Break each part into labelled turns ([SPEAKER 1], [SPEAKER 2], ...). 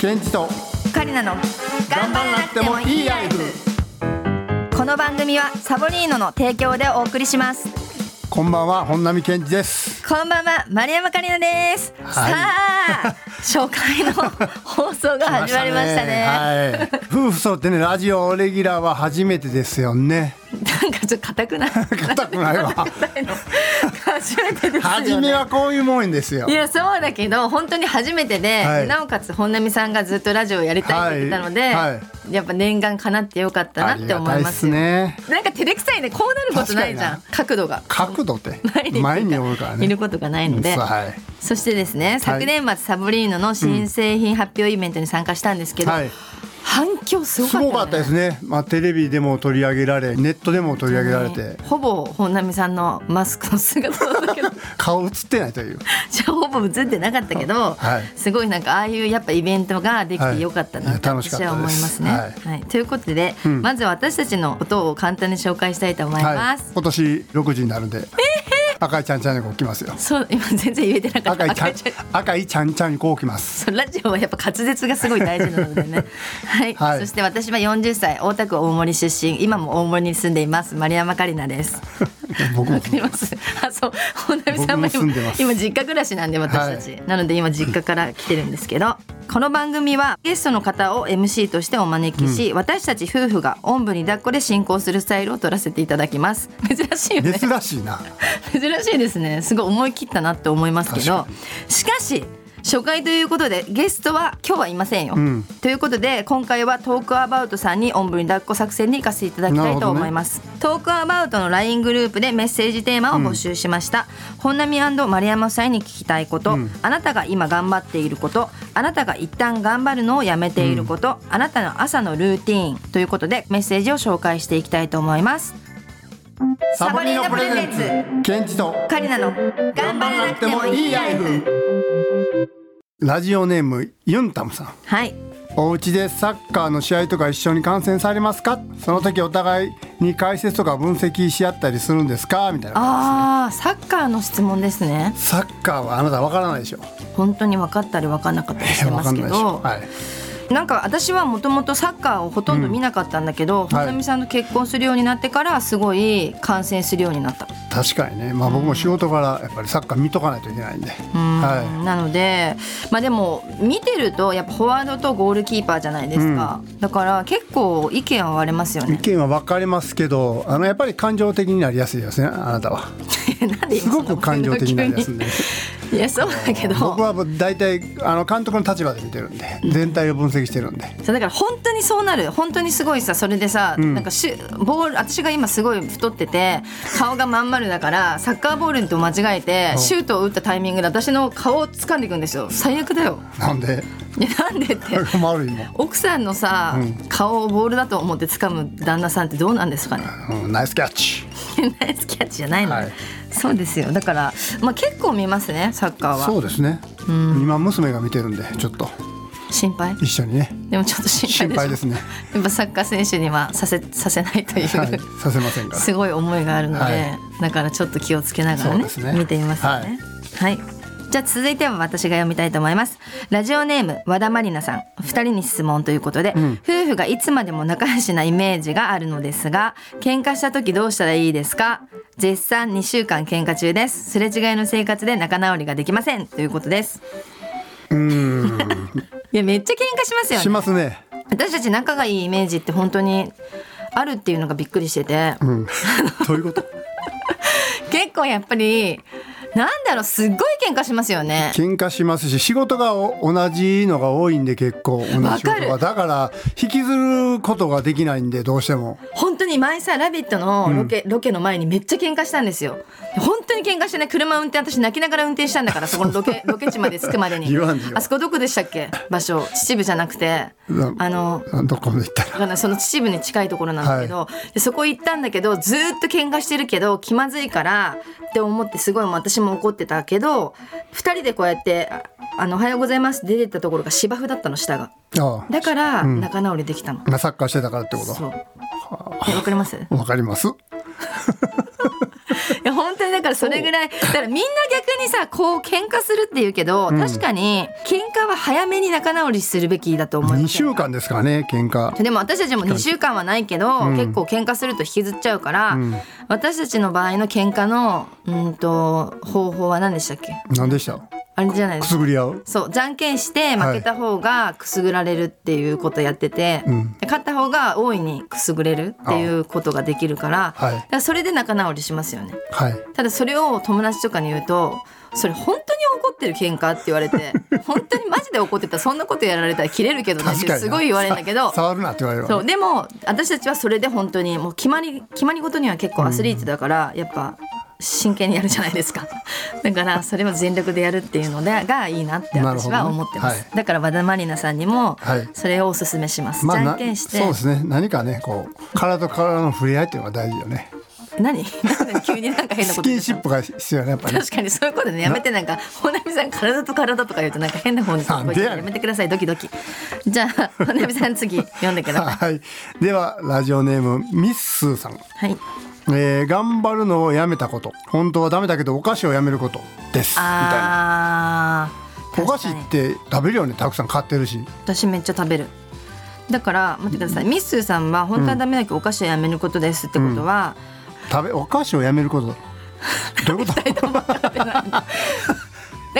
[SPEAKER 1] ケンチと
[SPEAKER 2] カリナの
[SPEAKER 1] 頑張らなくてもいいライフ
[SPEAKER 2] この番組はサボリーノの提供でお送りします
[SPEAKER 1] こんばんは本並健二です
[SPEAKER 2] こんばんは丸山カリナです、
[SPEAKER 1] はい
[SPEAKER 2] さあ初回の 放送が始まりましたね
[SPEAKER 1] はい夫婦揃ってねラジオレギュラーは初めてですよね
[SPEAKER 2] なんかちょっと硬くない
[SPEAKER 1] 硬くないわ
[SPEAKER 2] 硬いの初めてです
[SPEAKER 1] 初
[SPEAKER 2] よ
[SPEAKER 1] め
[SPEAKER 2] ね
[SPEAKER 1] はこういうもんですよ
[SPEAKER 2] いやそうだけど本当に初めてで、
[SPEAKER 1] はい
[SPEAKER 2] なおかつ本並さんがずっとラジオをやりたいって言ってたので、
[SPEAKER 1] はいは
[SPEAKER 2] やっぱ念願かなってよかったな
[SPEAKER 1] あ
[SPEAKER 2] っ
[SPEAKER 1] り
[SPEAKER 2] て
[SPEAKER 1] が
[SPEAKER 2] 思
[SPEAKER 1] た
[SPEAKER 2] い
[SPEAKER 1] いっ
[SPEAKER 2] ます
[SPEAKER 1] す
[SPEAKER 2] よ
[SPEAKER 1] ね
[SPEAKER 2] なんか照れくさいねこうなることないじゃん角度が
[SPEAKER 1] 角度って
[SPEAKER 2] 前に
[SPEAKER 1] 前におるからね
[SPEAKER 2] いることがないので、
[SPEAKER 1] そうはい
[SPEAKER 2] そしてですね昨年末サボリーノの新製品発表イベントに参加したんですけど、
[SPEAKER 1] はい
[SPEAKER 2] 反響すご
[SPEAKER 1] す
[SPEAKER 2] かった,、ね、
[SPEAKER 1] ごかったですねまあテレビでも取り上げられネットでも取り上げられて
[SPEAKER 2] ほぼ本並さんのマスクの姿なんだけど
[SPEAKER 1] 顔映ってないという
[SPEAKER 2] じゃあほぼ映ってなかったけど、
[SPEAKER 1] はい
[SPEAKER 2] すごいなんかああいうやっぱイベントができてよかったなって
[SPEAKER 1] はいいや楽しかった
[SPEAKER 2] 私
[SPEAKER 1] です
[SPEAKER 2] は思いますね。は
[SPEAKER 1] はい
[SPEAKER 2] ということで、
[SPEAKER 1] ん
[SPEAKER 2] まずは私たちのことを簡単に紹介したいと思いま
[SPEAKER 1] はい
[SPEAKER 2] す。
[SPEAKER 1] 今年6時になるんで赤いちゃんちゃんにこう来ますよ
[SPEAKER 2] そう今全然言えてなかった
[SPEAKER 1] 赤いちゃん
[SPEAKER 2] 赤いちゃん
[SPEAKER 1] 赤いちゃんちゃんにこう来 ます
[SPEAKER 2] そうラジオはやっぱ滑舌がすごい大事なので ね、はい、
[SPEAKER 1] はい
[SPEAKER 2] そして私は40歳大田区大森出身今も大森に住んでいます丸山香里奈です
[SPEAKER 1] 僕も
[SPEAKER 2] わかりますあそう本並さんも
[SPEAKER 1] 僕も住んでま
[SPEAKER 2] 今
[SPEAKER 1] す
[SPEAKER 2] 今実家暮らしなんで私たち、なので今実家から来てるんですけどこの番組はゲストの方を MC としてお招きし、私たち夫婦がおんぶに抱っこで進行するスタイルを取らせていただきます珍しいよね
[SPEAKER 1] 珍しいな
[SPEAKER 2] 珍しいですねすごい思い切ったなって思いますけど
[SPEAKER 1] 確
[SPEAKER 2] しかし初回ということでゲストは今日はいませんよ、
[SPEAKER 1] ん
[SPEAKER 2] ということで今回はトークアバウトさんにおんぶに抱っこ作戦に行かせていただきたいと思います、トークアバウトの LINE グループでメッセージテーマを募集しました、本並丸山夫妻に聞きたいこと、あなたが今頑張っていることあなたが一旦頑張るのをやめていること、あなたの朝のルーティーンということでメッセージを紹介していきたいと思いますサボリーノプレゼンツ
[SPEAKER 1] ケンチと
[SPEAKER 2] カリナの頑張らなくてもいいライフ
[SPEAKER 1] ラジオネームユンタムさん
[SPEAKER 2] はい
[SPEAKER 1] お家でサッカーの試合とか一緒に観戦されますかその時お互いに解説とか分析し合ったりするんですかみたいな
[SPEAKER 2] あーサッカーの質問ですね
[SPEAKER 1] サッカーはあなたわからないでしょ
[SPEAKER 2] 本当に分かったり分かんなかったりして
[SPEAKER 1] わ
[SPEAKER 2] ま
[SPEAKER 1] か
[SPEAKER 2] す
[SPEAKER 1] ん
[SPEAKER 2] け
[SPEAKER 1] ないでしょ
[SPEAKER 2] ど、
[SPEAKER 1] はい
[SPEAKER 2] なんか私はもともとサッカーをほとんど見なかったんだけど、本並さんと結婚するようになってからすごい観戦するようになった、
[SPEAKER 1] 確かにねまあ僕も仕事からやっぱりサッカー見とかないといけないんでは
[SPEAKER 2] なのでまあでも見てるとやっぱフォワードとゴールキーパーじゃないですか、だから結構意見は割れますよ
[SPEAKER 1] い意
[SPEAKER 2] ね
[SPEAKER 1] 見は分かりますけどあのやっぱり感情的になりやすいですねあなたは
[SPEAKER 2] なんです
[SPEAKER 1] ごく感情的になりやすいんで
[SPEAKER 2] いやそうだけど
[SPEAKER 1] 僕は大体あの監督の立場で見てるんで全体を分析してるんで
[SPEAKER 2] そうだから本当にそうなる本当にすごいさそれでさ、なんかしボール私が今すごい太ってて顔がまん丸だからサッカーボールと間違えてシュートを打ったタイミングで私の顔を掴んでいくんですよ最悪だよ
[SPEAKER 1] なん で
[SPEAKER 2] いやなんで って
[SPEAKER 1] 困る今
[SPEAKER 2] 奥さんのさ、顔をボールだと思って掴む旦那さんってどうなんですかね
[SPEAKER 1] うん、ナイスキャッチ
[SPEAKER 2] ナイスキャッチじゃないの、
[SPEAKER 1] はい
[SPEAKER 2] そうですよだから、まあ、結構見ますねサッカーは
[SPEAKER 1] そうですね、今娘が見てるんでちょっと
[SPEAKER 2] 心配
[SPEAKER 1] 一緒にね
[SPEAKER 2] でもちょっと心配
[SPEAKER 1] 心
[SPEAKER 2] で
[SPEAKER 1] 配
[SPEAKER 2] す
[SPEAKER 1] ですね
[SPEAKER 2] やっぱサッカー選手にはさせさせないという、
[SPEAKER 1] はいさせませんから
[SPEAKER 2] すごい思いがあるので、
[SPEAKER 1] はい
[SPEAKER 2] だからちょっと気をつけながら
[SPEAKER 1] そう
[SPEAKER 2] ね
[SPEAKER 1] ですね
[SPEAKER 2] 見ていますよね。はい、じゃあ続いては私が読みたいと思いますラジオネーム和田まりなさん2人に質問ということで、夫婦がいつまでも仲良しなイメージがあるのですが喧嘩した時どうしたらいいですか絶賛2週間喧嘩中ですすれ違いの生活で仲直りができませんということです
[SPEAKER 1] うーん
[SPEAKER 2] いやめっちゃ喧嘩しますよね
[SPEAKER 1] します ね
[SPEAKER 2] 私たち仲がいいイメージって本当にあるっていうのがびっくりしてて、
[SPEAKER 1] うんどういうこと
[SPEAKER 2] 結構やっぱりなんだろうすっごい喧嘩しますよね
[SPEAKER 1] 喧嘩しますし仕事がお同じのが多いんで結構同じ仕
[SPEAKER 2] わ
[SPEAKER 1] 事
[SPEAKER 2] かる
[SPEAKER 1] がだから引きずることができないんでどうしても
[SPEAKER 2] 本当に前さ「ラビット!」のロケ,、ロケの前にめっちゃ喧嘩したんですよ本当に喧嘩してね車運転私泣きながら運転したんだからそこの ロケロケ地まで着くまでに
[SPEAKER 1] 言わんでよ
[SPEAKER 2] あそこどこでしたっけ場所秩父じゃなくて
[SPEAKER 1] うん
[SPEAKER 2] あの
[SPEAKER 1] あどこまで行ったら
[SPEAKER 2] わかんないその秩父に近いところなんだけど、でそこ行ったんだけどずーっと喧嘩してるけど気まずいからって思ってすごいもう私も怒ってたけど2人でこうやって「ああのおはようございます」って出てったところが芝生だったの下が。
[SPEAKER 1] あ
[SPEAKER 2] だから仲直りできたの。
[SPEAKER 1] あサッカーしてたからってこ
[SPEAKER 2] そう
[SPEAKER 1] と
[SPEAKER 2] えわかります
[SPEAKER 1] わかります
[SPEAKER 2] や本当にだからそれぐらいだからみんな逆にさこう喧嘩するっていうけど、確かに喧嘩は早めに仲直りするべきだと思い
[SPEAKER 1] 2
[SPEAKER 2] ます
[SPEAKER 1] 週間ですからね喧嘩
[SPEAKER 2] でも私たちも2週間はないけど、結構喧嘩すると引きずっちゃうから、私たちの場合の喧嘩のうんと方法は何でしたっけ
[SPEAKER 1] 何でした
[SPEAKER 2] あれじゃないで
[SPEAKER 1] く
[SPEAKER 2] す
[SPEAKER 1] す
[SPEAKER 2] か
[SPEAKER 1] ぐり合う
[SPEAKER 2] そうじゃんけんして負けた方がくすぐられるっていうことやってて、
[SPEAKER 1] うん
[SPEAKER 2] で勝った方が大いにくすぐれるっていうことができるから
[SPEAKER 1] はい
[SPEAKER 2] だからそれで仲直りしますよね
[SPEAKER 1] はい
[SPEAKER 2] ただそれを友達とかに言うと「それ本当に怒ってる喧嘩って言わ れて「本当にマジで怒ってたそんなことやられたら切れるけどね」っ
[SPEAKER 1] 確か
[SPEAKER 2] て
[SPEAKER 1] に
[SPEAKER 2] すごい言われるんだけど
[SPEAKER 1] さ。触るなって言われる
[SPEAKER 2] そ
[SPEAKER 1] わ
[SPEAKER 2] うでも私たちはそれで本当にもう決まり決まり事には結構アスリートだから、やっぱ真剣にやるじゃないですか だからそれを全力でやるっていうのでがいいなって
[SPEAKER 1] なる
[SPEAKER 2] 私
[SPEAKER 1] ほどね
[SPEAKER 2] は思ってます、
[SPEAKER 1] はい
[SPEAKER 2] だから和田まりなさんにも
[SPEAKER 1] はい
[SPEAKER 2] それをおすすめします、
[SPEAKER 1] まあ
[SPEAKER 2] じゃ
[SPEAKER 1] なん
[SPEAKER 2] けんして
[SPEAKER 1] そうですね何かねこう体と体の触れ合いっていうのが大事よね
[SPEAKER 2] 何 なんで急になんか変な
[SPEAKER 1] ス
[SPEAKER 2] こと
[SPEAKER 1] キン
[SPEAKER 2] 言って
[SPEAKER 1] シ
[SPEAKER 2] た
[SPEAKER 1] ップが必要やねやっぱり、ね
[SPEAKER 2] 確、かにそういうことねやめてなんか本並さん体と体とか言うとなんか変な方に聞こ
[SPEAKER 1] なん
[SPEAKER 2] えて
[SPEAKER 1] でやねん
[SPEAKER 2] やめてくださいドキドキじゃあ本並さん次読んでください
[SPEAKER 1] はいではラジオネームミッスーさん
[SPEAKER 2] はい
[SPEAKER 1] えー頑張るのをやめたこと本当はダメだけどお菓子をやめることですみたいな
[SPEAKER 2] あー
[SPEAKER 1] お菓子
[SPEAKER 2] 確かに
[SPEAKER 1] って食べるよねたくさん買ってるし
[SPEAKER 2] 私めっちゃ食べるだから待ってくださいミッスーさんは本当はダメだけどお菓子をやめることですってことは、
[SPEAKER 1] 食べお菓子をやめることどういう こと
[SPEAKER 2] だか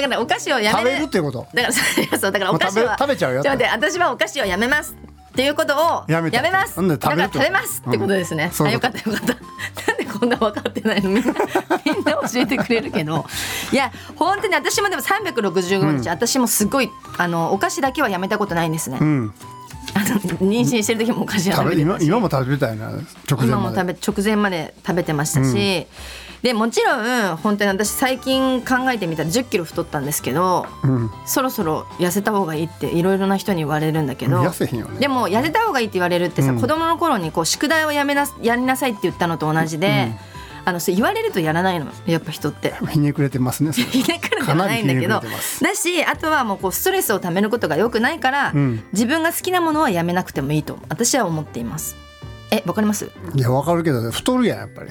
[SPEAKER 2] らお菓子をや
[SPEAKER 1] 食
[SPEAKER 2] め
[SPEAKER 1] べ
[SPEAKER 2] る
[SPEAKER 1] るっていうこと
[SPEAKER 2] だから それそうだからお菓子
[SPEAKER 1] も
[SPEAKER 2] は
[SPEAKER 1] う食べ食べちゃうよ
[SPEAKER 2] ょっと待って私はお菓子をやめますっていうことを
[SPEAKER 1] やめた
[SPEAKER 2] ます
[SPEAKER 1] なんで食べる
[SPEAKER 2] だ
[SPEAKER 1] ってこと
[SPEAKER 2] から食べますってことですね、
[SPEAKER 1] うんそう
[SPEAKER 2] あ
[SPEAKER 1] いう
[SPEAKER 2] よ
[SPEAKER 1] こと
[SPEAKER 2] かったよかったなんでこんな分かってない のみんなみんな教えてくれるけどいや本当に私もでも365日、私もすごいあのお菓子だけはやめたことないんですね、
[SPEAKER 1] うん
[SPEAKER 2] あの妊娠してる時もお菓子や
[SPEAKER 1] 食
[SPEAKER 2] め
[SPEAKER 1] べ
[SPEAKER 2] て
[SPEAKER 1] 今
[SPEAKER 2] たし
[SPEAKER 1] 今も食べたいな直前
[SPEAKER 2] 今
[SPEAKER 1] ま
[SPEAKER 2] も
[SPEAKER 1] で
[SPEAKER 2] 食べ直前まで食べてましたし、でもちろん本当に私最近考えてみたら1 0キロ太ったんですけど
[SPEAKER 1] うん
[SPEAKER 2] そろそろ痩せた方がいいっていろいろな人に言われるんだけど
[SPEAKER 1] 痩せへんよね
[SPEAKER 2] でも痩せた方がいいって言われるって
[SPEAKER 1] う
[SPEAKER 2] さ、
[SPEAKER 1] ん
[SPEAKER 2] 子供の頃にこう宿題をやめなやりなさいって言ったのと同じで、あのそう言われるとやらないのやっぱ人って。
[SPEAKER 1] ひねくれてます ねそれ
[SPEAKER 2] ひねくれてはないんだけど
[SPEAKER 1] かなりひねくれてます
[SPEAKER 2] だしあとはもうこうストレスをためることが良くないから、
[SPEAKER 1] うん
[SPEAKER 2] 自分が好きなものはやめなくてもいいと私は思っていますえわかります
[SPEAKER 1] いやわかるけど太るやんやっぱり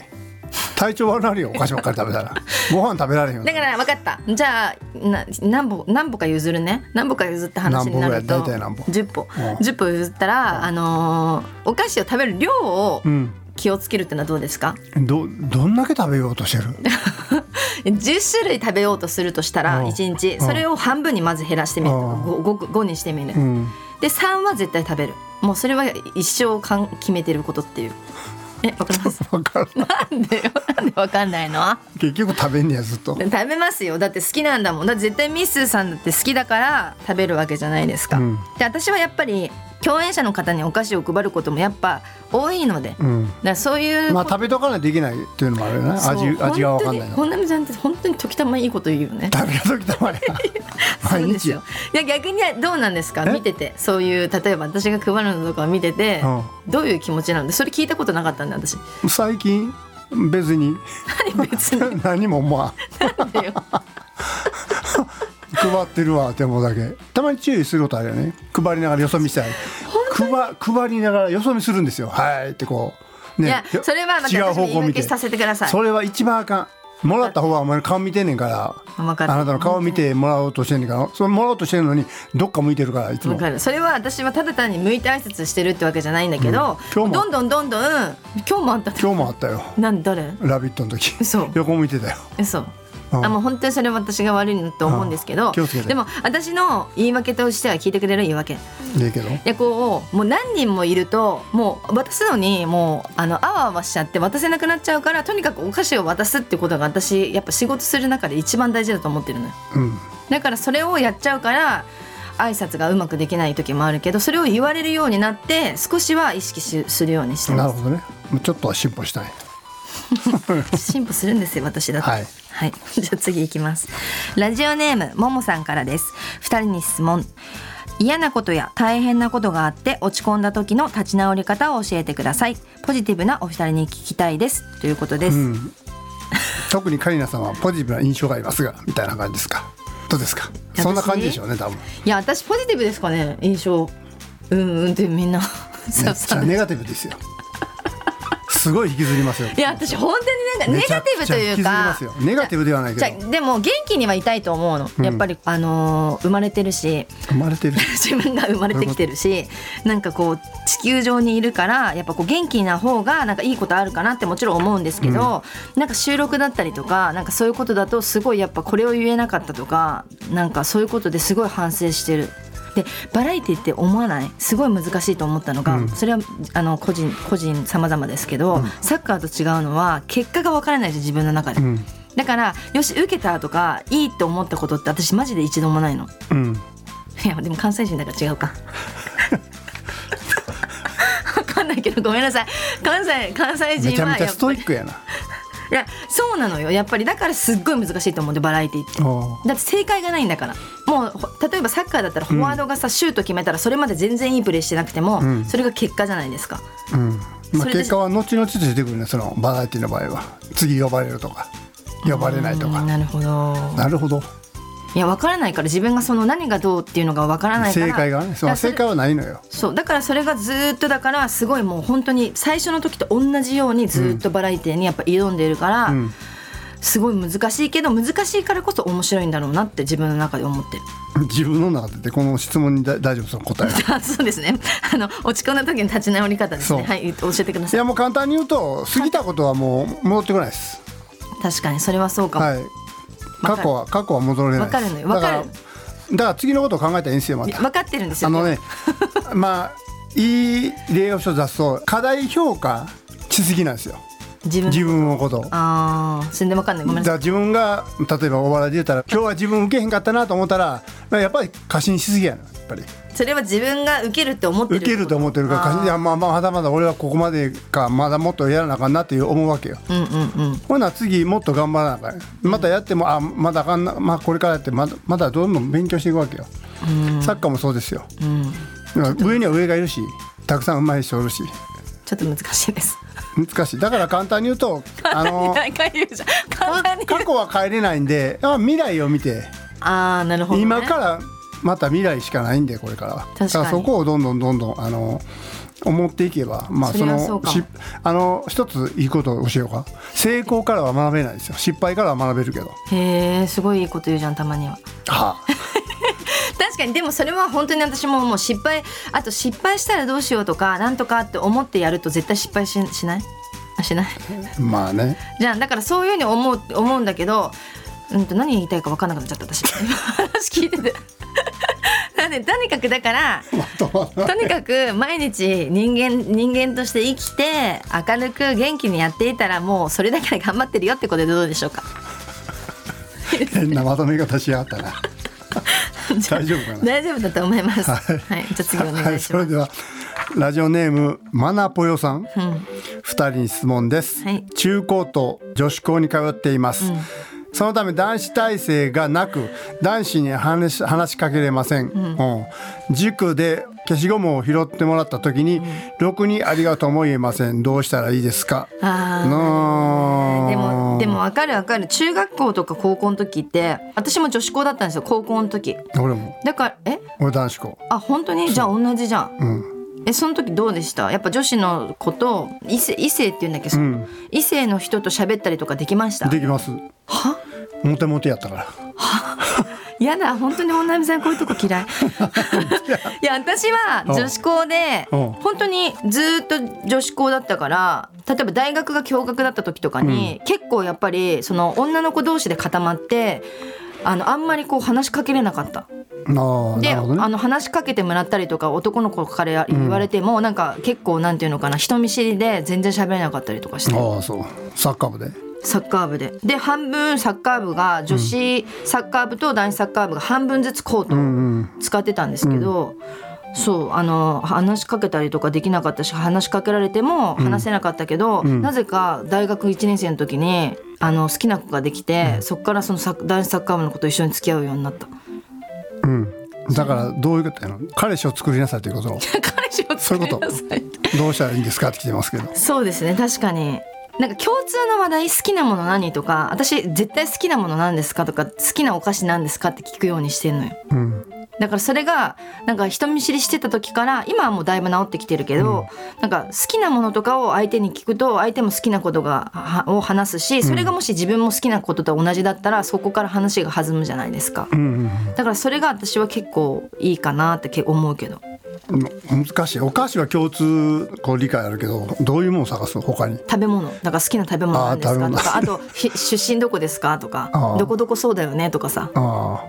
[SPEAKER 1] 体調悪なるよお菓子ばっかり食べ たらご飯食べられへんよ
[SPEAKER 2] だから分かったじゃあな何歩何歩か譲るね何歩か譲って話になると
[SPEAKER 1] 何歩ぐらい大体何歩
[SPEAKER 2] 10歩
[SPEAKER 1] うん
[SPEAKER 2] 10歩譲ったら、あのーお菓子を食べる量を
[SPEAKER 1] うん
[SPEAKER 2] 気をつけるってのはどうですか、
[SPEAKER 1] どどんだけ食べようとしてる
[SPEAKER 2] 10種類食べようとするとしたら
[SPEAKER 1] うん
[SPEAKER 2] 1日それを半分にまず減らしてみる
[SPEAKER 1] うん
[SPEAKER 2] 5, にしてみる、
[SPEAKER 1] うん
[SPEAKER 2] で3は絶対食べるもうそれは一生かん決めてることっていうえわかります
[SPEAKER 1] わかる
[SPEAKER 2] なんでよなんで分かんないの
[SPEAKER 1] 結局食べんねやずっと
[SPEAKER 2] 食べますよだって好きなんだもんだって絶対ミスさんだって好きだから食べるわけじゃないです
[SPEAKER 1] う
[SPEAKER 2] か、
[SPEAKER 1] ん
[SPEAKER 2] で私はやっぱり共演者の方にお菓子を配ることもやっぱ多いので、
[SPEAKER 1] う
[SPEAKER 2] だか
[SPEAKER 1] ん
[SPEAKER 2] らそういう、
[SPEAKER 1] まあ食べとかないといけないっていうのもあるよね
[SPEAKER 2] そう
[SPEAKER 1] 味味がわかんないの
[SPEAKER 2] 本当に本並さんって本当に時たまいいこと言うよね
[SPEAKER 1] 食べる時たまに毎
[SPEAKER 2] そうです
[SPEAKER 1] 日
[SPEAKER 2] よいや逆にどうなんですか
[SPEAKER 1] え
[SPEAKER 2] 見ててそういう例えば私が配るのとかを見てて、どういう気持ちなのでそれ聞いたことなかったんで 私
[SPEAKER 1] うん最近別に
[SPEAKER 2] 何別に
[SPEAKER 1] 何もま
[SPEAKER 2] なんだよ
[SPEAKER 1] あ配ってるわって思うだけたまに注意することあるよね配りながらよそ見したり配配りながらよそ見するんですよはいってこう
[SPEAKER 2] い
[SPEAKER 1] ね
[SPEAKER 2] やそれはまた
[SPEAKER 1] 違う
[SPEAKER 2] 私
[SPEAKER 1] 方
[SPEAKER 2] も言
[SPEAKER 1] 向
[SPEAKER 2] い
[SPEAKER 1] 見
[SPEAKER 2] 訳
[SPEAKER 1] て
[SPEAKER 2] させてください
[SPEAKER 1] それは一番あかんもらった方はお前の顔見てんねんから
[SPEAKER 2] 分か
[SPEAKER 1] あ
[SPEAKER 2] った
[SPEAKER 1] なたの顔見てもらおうとしてんねんからそれもらおうとしてるのにどっか向いてるからいつ
[SPEAKER 2] わ
[SPEAKER 1] も
[SPEAKER 2] かるそれは私はただ単に向いて挨拶してるってわけじゃないんだけど、
[SPEAKER 1] 今日も
[SPEAKER 2] どんどんどんどん今日もあった
[SPEAKER 1] 今日もあったよ
[SPEAKER 2] なん誰
[SPEAKER 1] 「ラビット!」の時
[SPEAKER 2] 嘘
[SPEAKER 1] 横向いてたよ
[SPEAKER 2] 嘘
[SPEAKER 1] うん
[SPEAKER 2] あもう本当にそれは私が悪いなと思うんですけ
[SPEAKER 1] う
[SPEAKER 2] ど
[SPEAKER 1] ん気をつけて
[SPEAKER 2] でも私の言い訳としては聞いてくれる言い訳い
[SPEAKER 1] いいけど
[SPEAKER 2] やこうもう何人もいるともう渡すのにもうあのあわあわしちゃって渡せなくなっちゃうからとにかくお菓子を渡すってことが私やっぱ仕事する中で一番大事だと思ってるのよ
[SPEAKER 1] うん
[SPEAKER 2] だからそれをやっちゃうから挨拶がうまくできない時もあるけどそれを言われるようになって少しは意識しするようにして
[SPEAKER 1] な
[SPEAKER 2] ま
[SPEAKER 1] るほどねもうちょっとは進歩したい
[SPEAKER 2] す進歩するんですよ私だって
[SPEAKER 1] はい
[SPEAKER 2] はい、 じゃあ次いきますラジオネームももさんからです二人に質問嫌なことや大変なことがあって落ち込んだ時の立ち直り方を教えてくださいポジティブなお二人に聞きたいですということです、
[SPEAKER 1] うん特にカリナさんはポジティブな印象がありますがみたいな感じですかどうですか
[SPEAKER 2] 私
[SPEAKER 1] そんな感じでしょうね多分
[SPEAKER 2] いや私ポジティブですかね印象うんうんってみんな
[SPEAKER 1] め
[SPEAKER 2] そ
[SPEAKER 1] っ
[SPEAKER 2] う
[SPEAKER 1] ち
[SPEAKER 2] そ
[SPEAKER 1] ゃ
[SPEAKER 2] う
[SPEAKER 1] ネガティブですよすごい引きずりますよ
[SPEAKER 2] いや私本当になんかネガティブとい
[SPEAKER 1] めちゃくちゃ引きずり
[SPEAKER 2] うか
[SPEAKER 1] ますよネガティブではないけど
[SPEAKER 2] じゃあでも元気にはいたいと思うの、やっぱりあのー生まれてるし
[SPEAKER 1] 生まれてる
[SPEAKER 2] 自分が生まれてきてるしなんかこう地球上にいるからやっぱこう元気な方がなんかいいことあるかなってもちろん思うんですけど、なんか収録だったりとかなんかそういうことだとすごいやっぱこれを言えなかったとかなんかそういうことですごい反省してる。でバラエティって思わないすごい難しいと思ったのが、
[SPEAKER 1] うん
[SPEAKER 2] それはあの個人個人様々ですけど、サッカーと違うのは結果が分からないです自分の中で、
[SPEAKER 1] うん
[SPEAKER 2] だからよし受けたとかいいと思ったことって私マジで一度もないの
[SPEAKER 1] うん
[SPEAKER 2] いやでも関西人だから違うかわかんないけどごめんなさい関西関西
[SPEAKER 1] めち
[SPEAKER 2] 人
[SPEAKER 1] ゃ
[SPEAKER 2] は
[SPEAKER 1] めちゃ
[SPEAKER 2] やっ
[SPEAKER 1] スト
[SPEAKER 2] ぱ
[SPEAKER 1] イ
[SPEAKER 2] り
[SPEAKER 1] ックやない
[SPEAKER 2] やそうなのよやっぱりだからすっごい難しいと思うんでバラエティって
[SPEAKER 1] おー
[SPEAKER 2] だって正解がないんだからもうほ例えばサッカーだったらフォワードがさ、シュート決めたらそれまで全然いいプレーしてなくても、
[SPEAKER 1] ん
[SPEAKER 2] それが結果じゃないですか
[SPEAKER 1] うんまあ、
[SPEAKER 2] それで
[SPEAKER 1] 結果は後々と出てくるねそのバラエティの場合は次呼ばれるとか呼ばれないと
[SPEAKER 2] う
[SPEAKER 1] か
[SPEAKER 2] んなるほど
[SPEAKER 1] なるほど
[SPEAKER 2] いや分からないから自分がその何がどうっていうのが分からないから
[SPEAKER 1] 正解がねそう
[SPEAKER 2] だからそれ
[SPEAKER 1] 正解はないのよ
[SPEAKER 2] そうだからそれがずーっとだからすごいもう本当に最初の時と同じようにずーっとバラエティにやっぱ挑んでいるから、
[SPEAKER 1] ん
[SPEAKER 2] すごい難しいけど難しいからこそ面白いんだろうなって自分の中で思ってる
[SPEAKER 1] 自分の中でこの質問にだ大丈夫その答えは
[SPEAKER 2] あそうですねあの落ち込んだ時の立ち直り方ですね
[SPEAKER 1] そう
[SPEAKER 2] はい教えてくだ
[SPEAKER 1] い
[SPEAKER 2] さい
[SPEAKER 1] やもう簡単に言うと過ぎたことはもう戻ってこないです
[SPEAKER 2] 確かにそれはそうかも、
[SPEAKER 1] はい
[SPEAKER 2] わかる
[SPEAKER 1] 過去は過去は戻れないです
[SPEAKER 2] わかるのよわかる
[SPEAKER 1] だらだから次のことを考えたらいいんですよまた
[SPEAKER 2] 分かってるんですよ
[SPEAKER 1] あのねまあいい例を一つ出すと過大評価しすぎなんですよ
[SPEAKER 2] 自分
[SPEAKER 1] 自分のことを
[SPEAKER 2] ああそれで分かんないごめん
[SPEAKER 1] だ
[SPEAKER 2] な
[SPEAKER 1] か
[SPEAKER 2] さい
[SPEAKER 1] ら自分が例えばお笑いで言ったら今日は自分受けへんかったなと思ったらまあやっぱり過信しすぎやなやっぱり
[SPEAKER 2] それは自分が受けるって思ってる
[SPEAKER 1] 受けると思ってるから過信い
[SPEAKER 2] あ
[SPEAKER 1] やまあまあまだまだ俺はここまでかまだもっとやらなあかんなっていう思うわけよ
[SPEAKER 2] ーうんうんうん
[SPEAKER 1] ほな次もっと頑張らなあかんまたやってもあまだあかんな、まあ、これからやってまだまだどんどん勉強していくわけよサッカーもそうですよ
[SPEAKER 2] うん
[SPEAKER 1] だから上には上がいるしたくさん上手い人おるし
[SPEAKER 2] ちょっと難しいです
[SPEAKER 1] 難しいだから簡単に言うとあ の
[SPEAKER 2] 何回言うじゃん簡単に言う
[SPEAKER 1] 過去は変えれないんであ未来を見て
[SPEAKER 2] ああなるほど、ね、
[SPEAKER 1] 今からまた未来しかないんでこれからは
[SPEAKER 2] かに
[SPEAKER 1] だからそこをどんどんどんどんあの思っていけばまあ
[SPEAKER 2] そ
[SPEAKER 1] そ
[SPEAKER 2] れは
[SPEAKER 1] の
[SPEAKER 2] そうかも
[SPEAKER 1] しあの一ついいことを教えようか成功からは学べないですよ失敗からは学べるけどは
[SPEAKER 2] へえすごいいいこと言うじゃんたまには
[SPEAKER 1] あ
[SPEAKER 2] 確かにでもそれは本当に私ももう失敗あと失敗したらどうしようとかなんとかって思ってやると絶対失敗ししないあ しない
[SPEAKER 1] まあ ね
[SPEAKER 2] じゃあだからそういうふうに思う思うんだけどうんと何言いたいか分かんなくなっちゃった私今 話聞いてて なんでとにかくだからとにかく毎日人間人間として生きて明るく元気にやっていたらもうそれだけで頑張ってるよってことでどうでしょうか
[SPEAKER 1] 変なまとめ方しやがったな 大丈夫かな
[SPEAKER 2] 大丈夫だと思います。は、
[SPEAKER 1] はいい
[SPEAKER 2] じゃあ次 お
[SPEAKER 1] は
[SPEAKER 2] 願い
[SPEAKER 1] い、
[SPEAKER 2] し
[SPEAKER 1] そ
[SPEAKER 2] ま
[SPEAKER 1] れ
[SPEAKER 2] す。
[SPEAKER 1] ではラジオネームマナポヨさん、二人に質問です、
[SPEAKER 2] はい
[SPEAKER 1] 中高と女子校に通っています、そのため男子体制がなく男子に話し話しかけれません、うん塾で消しゴムを拾ってもらった時に、ろくにありがとうも言えませんどうしたらいいですか
[SPEAKER 2] あー
[SPEAKER 1] なあ
[SPEAKER 2] でもでもわかるわかる中学校とか高校の時って私も女子校だったんですよ高校の時
[SPEAKER 1] 俺も
[SPEAKER 2] だからえ
[SPEAKER 1] 俺男子校
[SPEAKER 2] あ本当にじゃあ同じじゃん
[SPEAKER 1] うん
[SPEAKER 2] えその時どうでしたやっぱ女子の子と異性異性っていうんだっけ、
[SPEAKER 1] ん
[SPEAKER 2] 異性の人と喋ったりとかできました
[SPEAKER 1] できます
[SPEAKER 2] は
[SPEAKER 1] モテモテやったから
[SPEAKER 2] やだ本当に本並さんこういうとこ 嫌いいや私は女子校で
[SPEAKER 1] うん
[SPEAKER 2] 本当にずーっと女子校だったから例えば大学が共学だった時とかに、結構やっぱりその女の子同士で固まってあのあんまりこう話しかけれなかった
[SPEAKER 1] ああ
[SPEAKER 2] で、
[SPEAKER 1] なるほどね
[SPEAKER 2] あの話しかけてもらったりとか男の子から言われても、なんか結構なんていうのかな人見知りで全然喋れなかったりとかして
[SPEAKER 1] ああそうサッカー部で
[SPEAKER 2] サッカー部でで半分サッカー部が女子サッカー部と男子サッカー部が半分ずつコート、
[SPEAKER 1] うんうん
[SPEAKER 2] 使ってたんですけど、そうあの話しかけたりとかできなかったし話しかけられても話せなかったけど、なぜか大学1年生の時にあの好きな子ができて、そこからそのサッ男子サッカー部の子と一緒に付き合うようになった。
[SPEAKER 1] うん、だからどういうことやの彼氏を作りなさいということを
[SPEAKER 2] 彼氏を
[SPEAKER 1] そう
[SPEAKER 2] 作
[SPEAKER 1] いう
[SPEAKER 2] り
[SPEAKER 1] こと
[SPEAKER 2] なさい
[SPEAKER 1] どうしたらいいんですかって来てますけど
[SPEAKER 2] そうですね確かになんか共通の話題好きなもの何とか私絶対好きなもの何ですかとか好きなお菓子何ですかって聞くようにしてんのよ
[SPEAKER 1] うん
[SPEAKER 2] だからそれがなんか人見知りしてた時から今はもうだいぶ治ってきてるけど、なんか好きなものとかを相手に聞くと相手も好きなことがはを話すしそれがもし自分も好きなことと同じだったらそこから話が弾むじゃないですか、
[SPEAKER 1] うん
[SPEAKER 2] だからそれが私は結構いいかなってけ思うけど
[SPEAKER 1] うん、難しいお菓子は共通こう理解あるけどどういうものを探すの他に
[SPEAKER 2] 食べ物だから好きな食べ物なんですかとか
[SPEAKER 1] あー食
[SPEAKER 2] あ
[SPEAKER 1] べ
[SPEAKER 2] とひ出身どこですかとか
[SPEAKER 1] あー
[SPEAKER 2] どこどこそうだよねとかさ
[SPEAKER 1] あ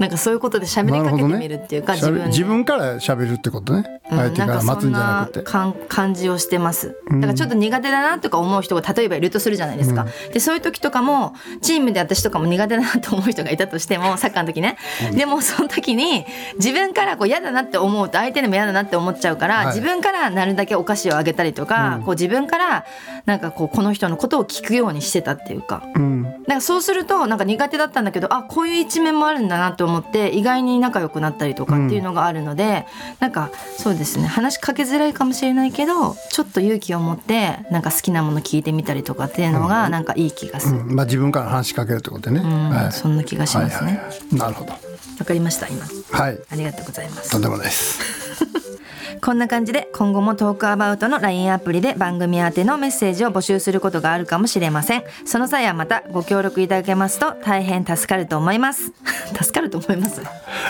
[SPEAKER 2] なんかそういうことで
[SPEAKER 1] あ
[SPEAKER 2] 喋
[SPEAKER 1] な
[SPEAKER 2] り
[SPEAKER 1] る
[SPEAKER 2] か
[SPEAKER 1] ほ
[SPEAKER 2] け
[SPEAKER 1] ど
[SPEAKER 2] て
[SPEAKER 1] ね
[SPEAKER 2] みるっていうか、
[SPEAKER 1] しゃべ
[SPEAKER 2] 自
[SPEAKER 1] 自分
[SPEAKER 2] 分
[SPEAKER 1] から喋るってことね、
[SPEAKER 2] うん
[SPEAKER 1] 相手か
[SPEAKER 2] なんから
[SPEAKER 1] 待
[SPEAKER 2] そ
[SPEAKER 1] つ
[SPEAKER 2] ん
[SPEAKER 1] んじゃな
[SPEAKER 2] な
[SPEAKER 1] くて
[SPEAKER 2] 感感じをしてますだからちょっと苦手だなとか思う人が例えばいるとするじゃないですか、でそういう時とかもチームで私とかも苦手だなと思う人がいたとしてもサッカーの時ね、でもその時に自分からこう嫌だなって思うと相手でも嫌だなって思っちゃうから、
[SPEAKER 1] はい
[SPEAKER 2] 自分からなるだけお菓子をあげたりとか、こう自分からなんかこうこの人のことを聞くようにしてたっていうか。
[SPEAKER 1] うん
[SPEAKER 2] なんかそうするとなんか苦手だったんだけどあこういう一面もあるんだなと思って意外に仲良くなったりとかっていうのがあるので、なんかそうですね話しかけづらいかもしれないけどちょっと勇気を持ってなんか好きなもの聞いてみたりとかっていうのがなんかいい気がす
[SPEAKER 1] う
[SPEAKER 2] る、
[SPEAKER 1] んまあ、自分から話しかけるってことでね、
[SPEAKER 2] うん
[SPEAKER 1] はい、
[SPEAKER 2] そんな気がしますねわ、
[SPEAKER 1] はいはいはい、なるほど
[SPEAKER 2] かりました今
[SPEAKER 1] はい
[SPEAKER 2] ありがとうございます
[SPEAKER 1] とんでもないです
[SPEAKER 2] こんな感じで今後もトークアバウトの LINE アプリで番組宛てのメッセージを募集することがあるかもしれませんその際はまたご協力いただけますと大変助かると思います 助かると思います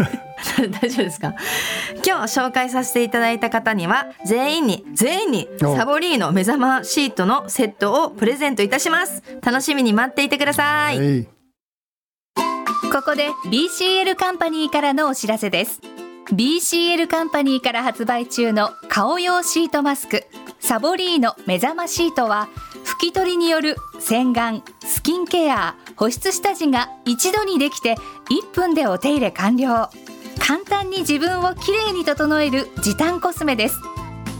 [SPEAKER 2] 大丈夫ですか今日紹介させていただいた方には全員に全員に
[SPEAKER 1] お
[SPEAKER 2] サボリーノ目覚まシートのセットをプレゼントいたします楽しみに待っていてください
[SPEAKER 1] はい
[SPEAKER 3] ここで BCL カンパニーからのお知らせです BCL カンパニーから発売中の顔用シートマスクサボリーノ目覚まシートは拭き取りによる洗顔スキンケア保湿下地が一度にできて1分でお手入れ完了簡単に自分をきれいに整える時短コスメです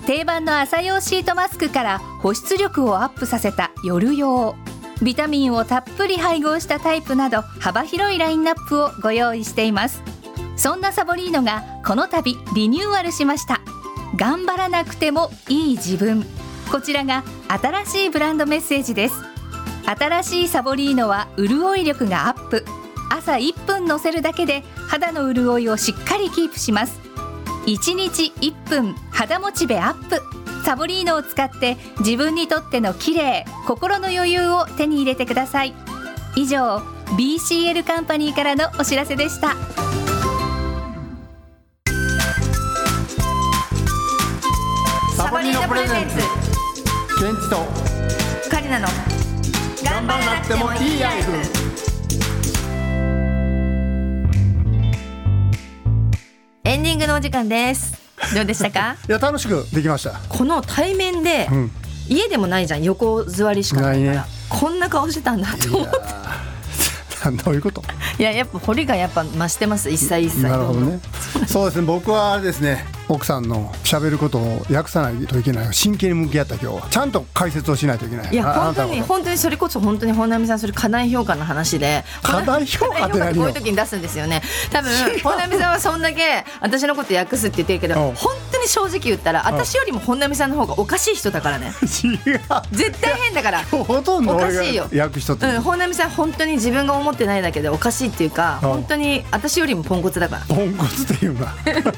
[SPEAKER 3] 定番の朝用シートマスクから保湿力をアップさせた夜用ビタミンをたっぷり配合したタイプなど幅広いラインナップをご用意していますそんなサボリーノがこの度リニューアルしました頑張らなくてもいい自分こちらが新しいブランドメッセージです新しいサボリーノは潤い力がアップ朝1分のせるだけで肌の潤いをしっかりキープします1日1分肌モチベアップサボリーノを使って自分にとっての綺麗心の余裕を手に入れてください以上 BCL カンパニーからのお知らせでした
[SPEAKER 1] サボリーノプレゼンツ現地と
[SPEAKER 2] ツカリナの
[SPEAKER 1] 頑張らなくてもいいライフ
[SPEAKER 2] エンディングのお時間ですどうでしたか
[SPEAKER 1] いや楽しくできました
[SPEAKER 2] この対面で、
[SPEAKER 1] うん
[SPEAKER 2] 家でもないじゃん横座りしかないから
[SPEAKER 1] ないね
[SPEAKER 2] こんな顔してたんだと思って
[SPEAKER 1] どういうこと
[SPEAKER 2] いややっぱ彫りがやっぱ増してます一歳一歳
[SPEAKER 1] なるほどね そうですね僕はあれですね奥さんのしゃべることを訳さないといけない真剣に向き合った今日はちゃんと解説をしないといけない
[SPEAKER 2] いや
[SPEAKER 1] ああ
[SPEAKER 2] 本
[SPEAKER 1] なた
[SPEAKER 2] 当
[SPEAKER 1] の
[SPEAKER 2] に
[SPEAKER 1] こ
[SPEAKER 2] 本当にそれこそ本当に本並さんそれ課題評価の話で
[SPEAKER 1] 課題評価って何よ
[SPEAKER 2] 課題評価こういう時に出すんですよね多分本並さんはそんだけ私のこと訳すって言ってるけど
[SPEAKER 1] うん
[SPEAKER 2] 本当に正直言ったら私よりも本並さんの方がおかしい人だからね
[SPEAKER 1] と違
[SPEAKER 2] 絶対変だから
[SPEAKER 1] うほとんど
[SPEAKER 2] おか
[SPEAKER 1] 俺
[SPEAKER 2] しいよ
[SPEAKER 1] が訳しとって
[SPEAKER 2] うん、本並さん本当に自分が思ってないだけでおかしいっていうか
[SPEAKER 1] うん
[SPEAKER 2] 本当に私よりもポンコツだから
[SPEAKER 1] ポンコツっていうな
[SPEAKER 2] 絶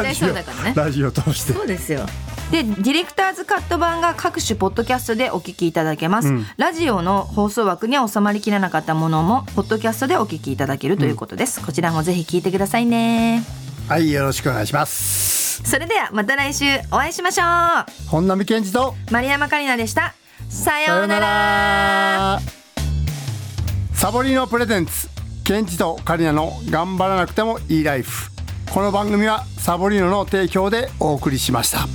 [SPEAKER 2] 対そうだからね
[SPEAKER 1] ラジオラジオ通して
[SPEAKER 2] そうですよでディレクターズカット版が各種ポッドキャストでお聞きいただけます、
[SPEAKER 1] うん
[SPEAKER 2] ラジオの放送枠には収まりきらなかったものもポッドキャストでお聞きいただけるということです、こちらもぜひ聞いてくださいね
[SPEAKER 1] はいよろしくお願いします
[SPEAKER 2] それではまた来週お会いしましょう
[SPEAKER 1] 本並健二と
[SPEAKER 2] 丸山桂里奈でしたさようなら
[SPEAKER 1] らサボリーノプレゼンツケンジとカリナの頑張らなくてもいいライフこの番組はサボリーノの提供でお送りしました